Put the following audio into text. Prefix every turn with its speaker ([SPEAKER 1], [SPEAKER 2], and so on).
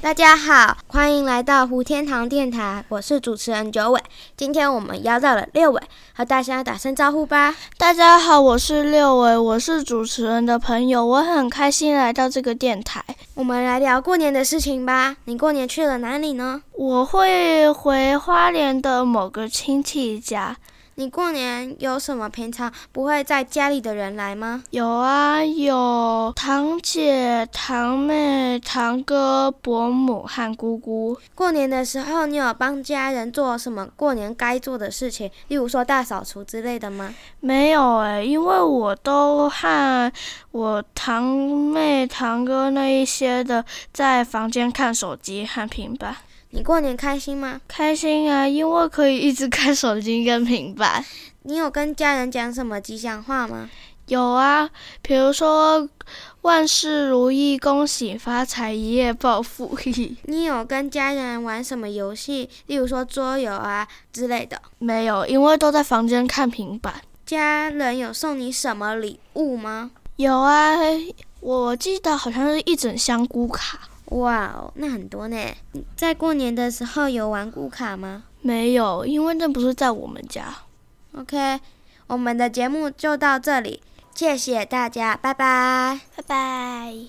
[SPEAKER 1] 大家好，欢迎来到胡天堂电台，我是主持人九尾。今天我们邀到了六尾，和大家打声招呼吧。
[SPEAKER 2] 大家好，我是六维，我是主持人的朋友，我很开心来到这个电台。
[SPEAKER 1] 我们来聊过年的事情吧。你过年去了哪里呢？
[SPEAKER 2] 我会回花莲的某个亲戚家。
[SPEAKER 1] 你过年有什么平常不会在家里的人来吗？
[SPEAKER 2] 有啊，有堂姐、堂妹、堂哥、伯母和姑姑。
[SPEAKER 1] 过年的时候，你有帮家人做什么过年该做的事情，例如说大扫除之类的吗？
[SPEAKER 2] 没有哎、因为我都和我堂妹、堂哥那一些的在房间看手机和平板，
[SPEAKER 1] 你过年开心吗？
[SPEAKER 2] 开心啊，因为可以一直看手机跟平板。
[SPEAKER 1] 你有跟家人讲什么吉祥话吗？
[SPEAKER 2] 有啊，比如说万事如意、恭喜发财、一夜暴富。 嘿嘿
[SPEAKER 1] 你有跟家人玩什么游戏，例如说桌游啊之类的？
[SPEAKER 2] 没有，因为都在房间看平板。
[SPEAKER 1] 家人有送你什么礼物吗？
[SPEAKER 2] 有啊，我记得好像是一整箱咕卡。
[SPEAKER 1] 哇哦，那很多呢！你在过年的时候有玩固卡吗
[SPEAKER 2] 没有，因为那不是在我们家。
[SPEAKER 1] ？OK，我们的节目就到这里，谢谢大家，拜拜。
[SPEAKER 2] 拜拜。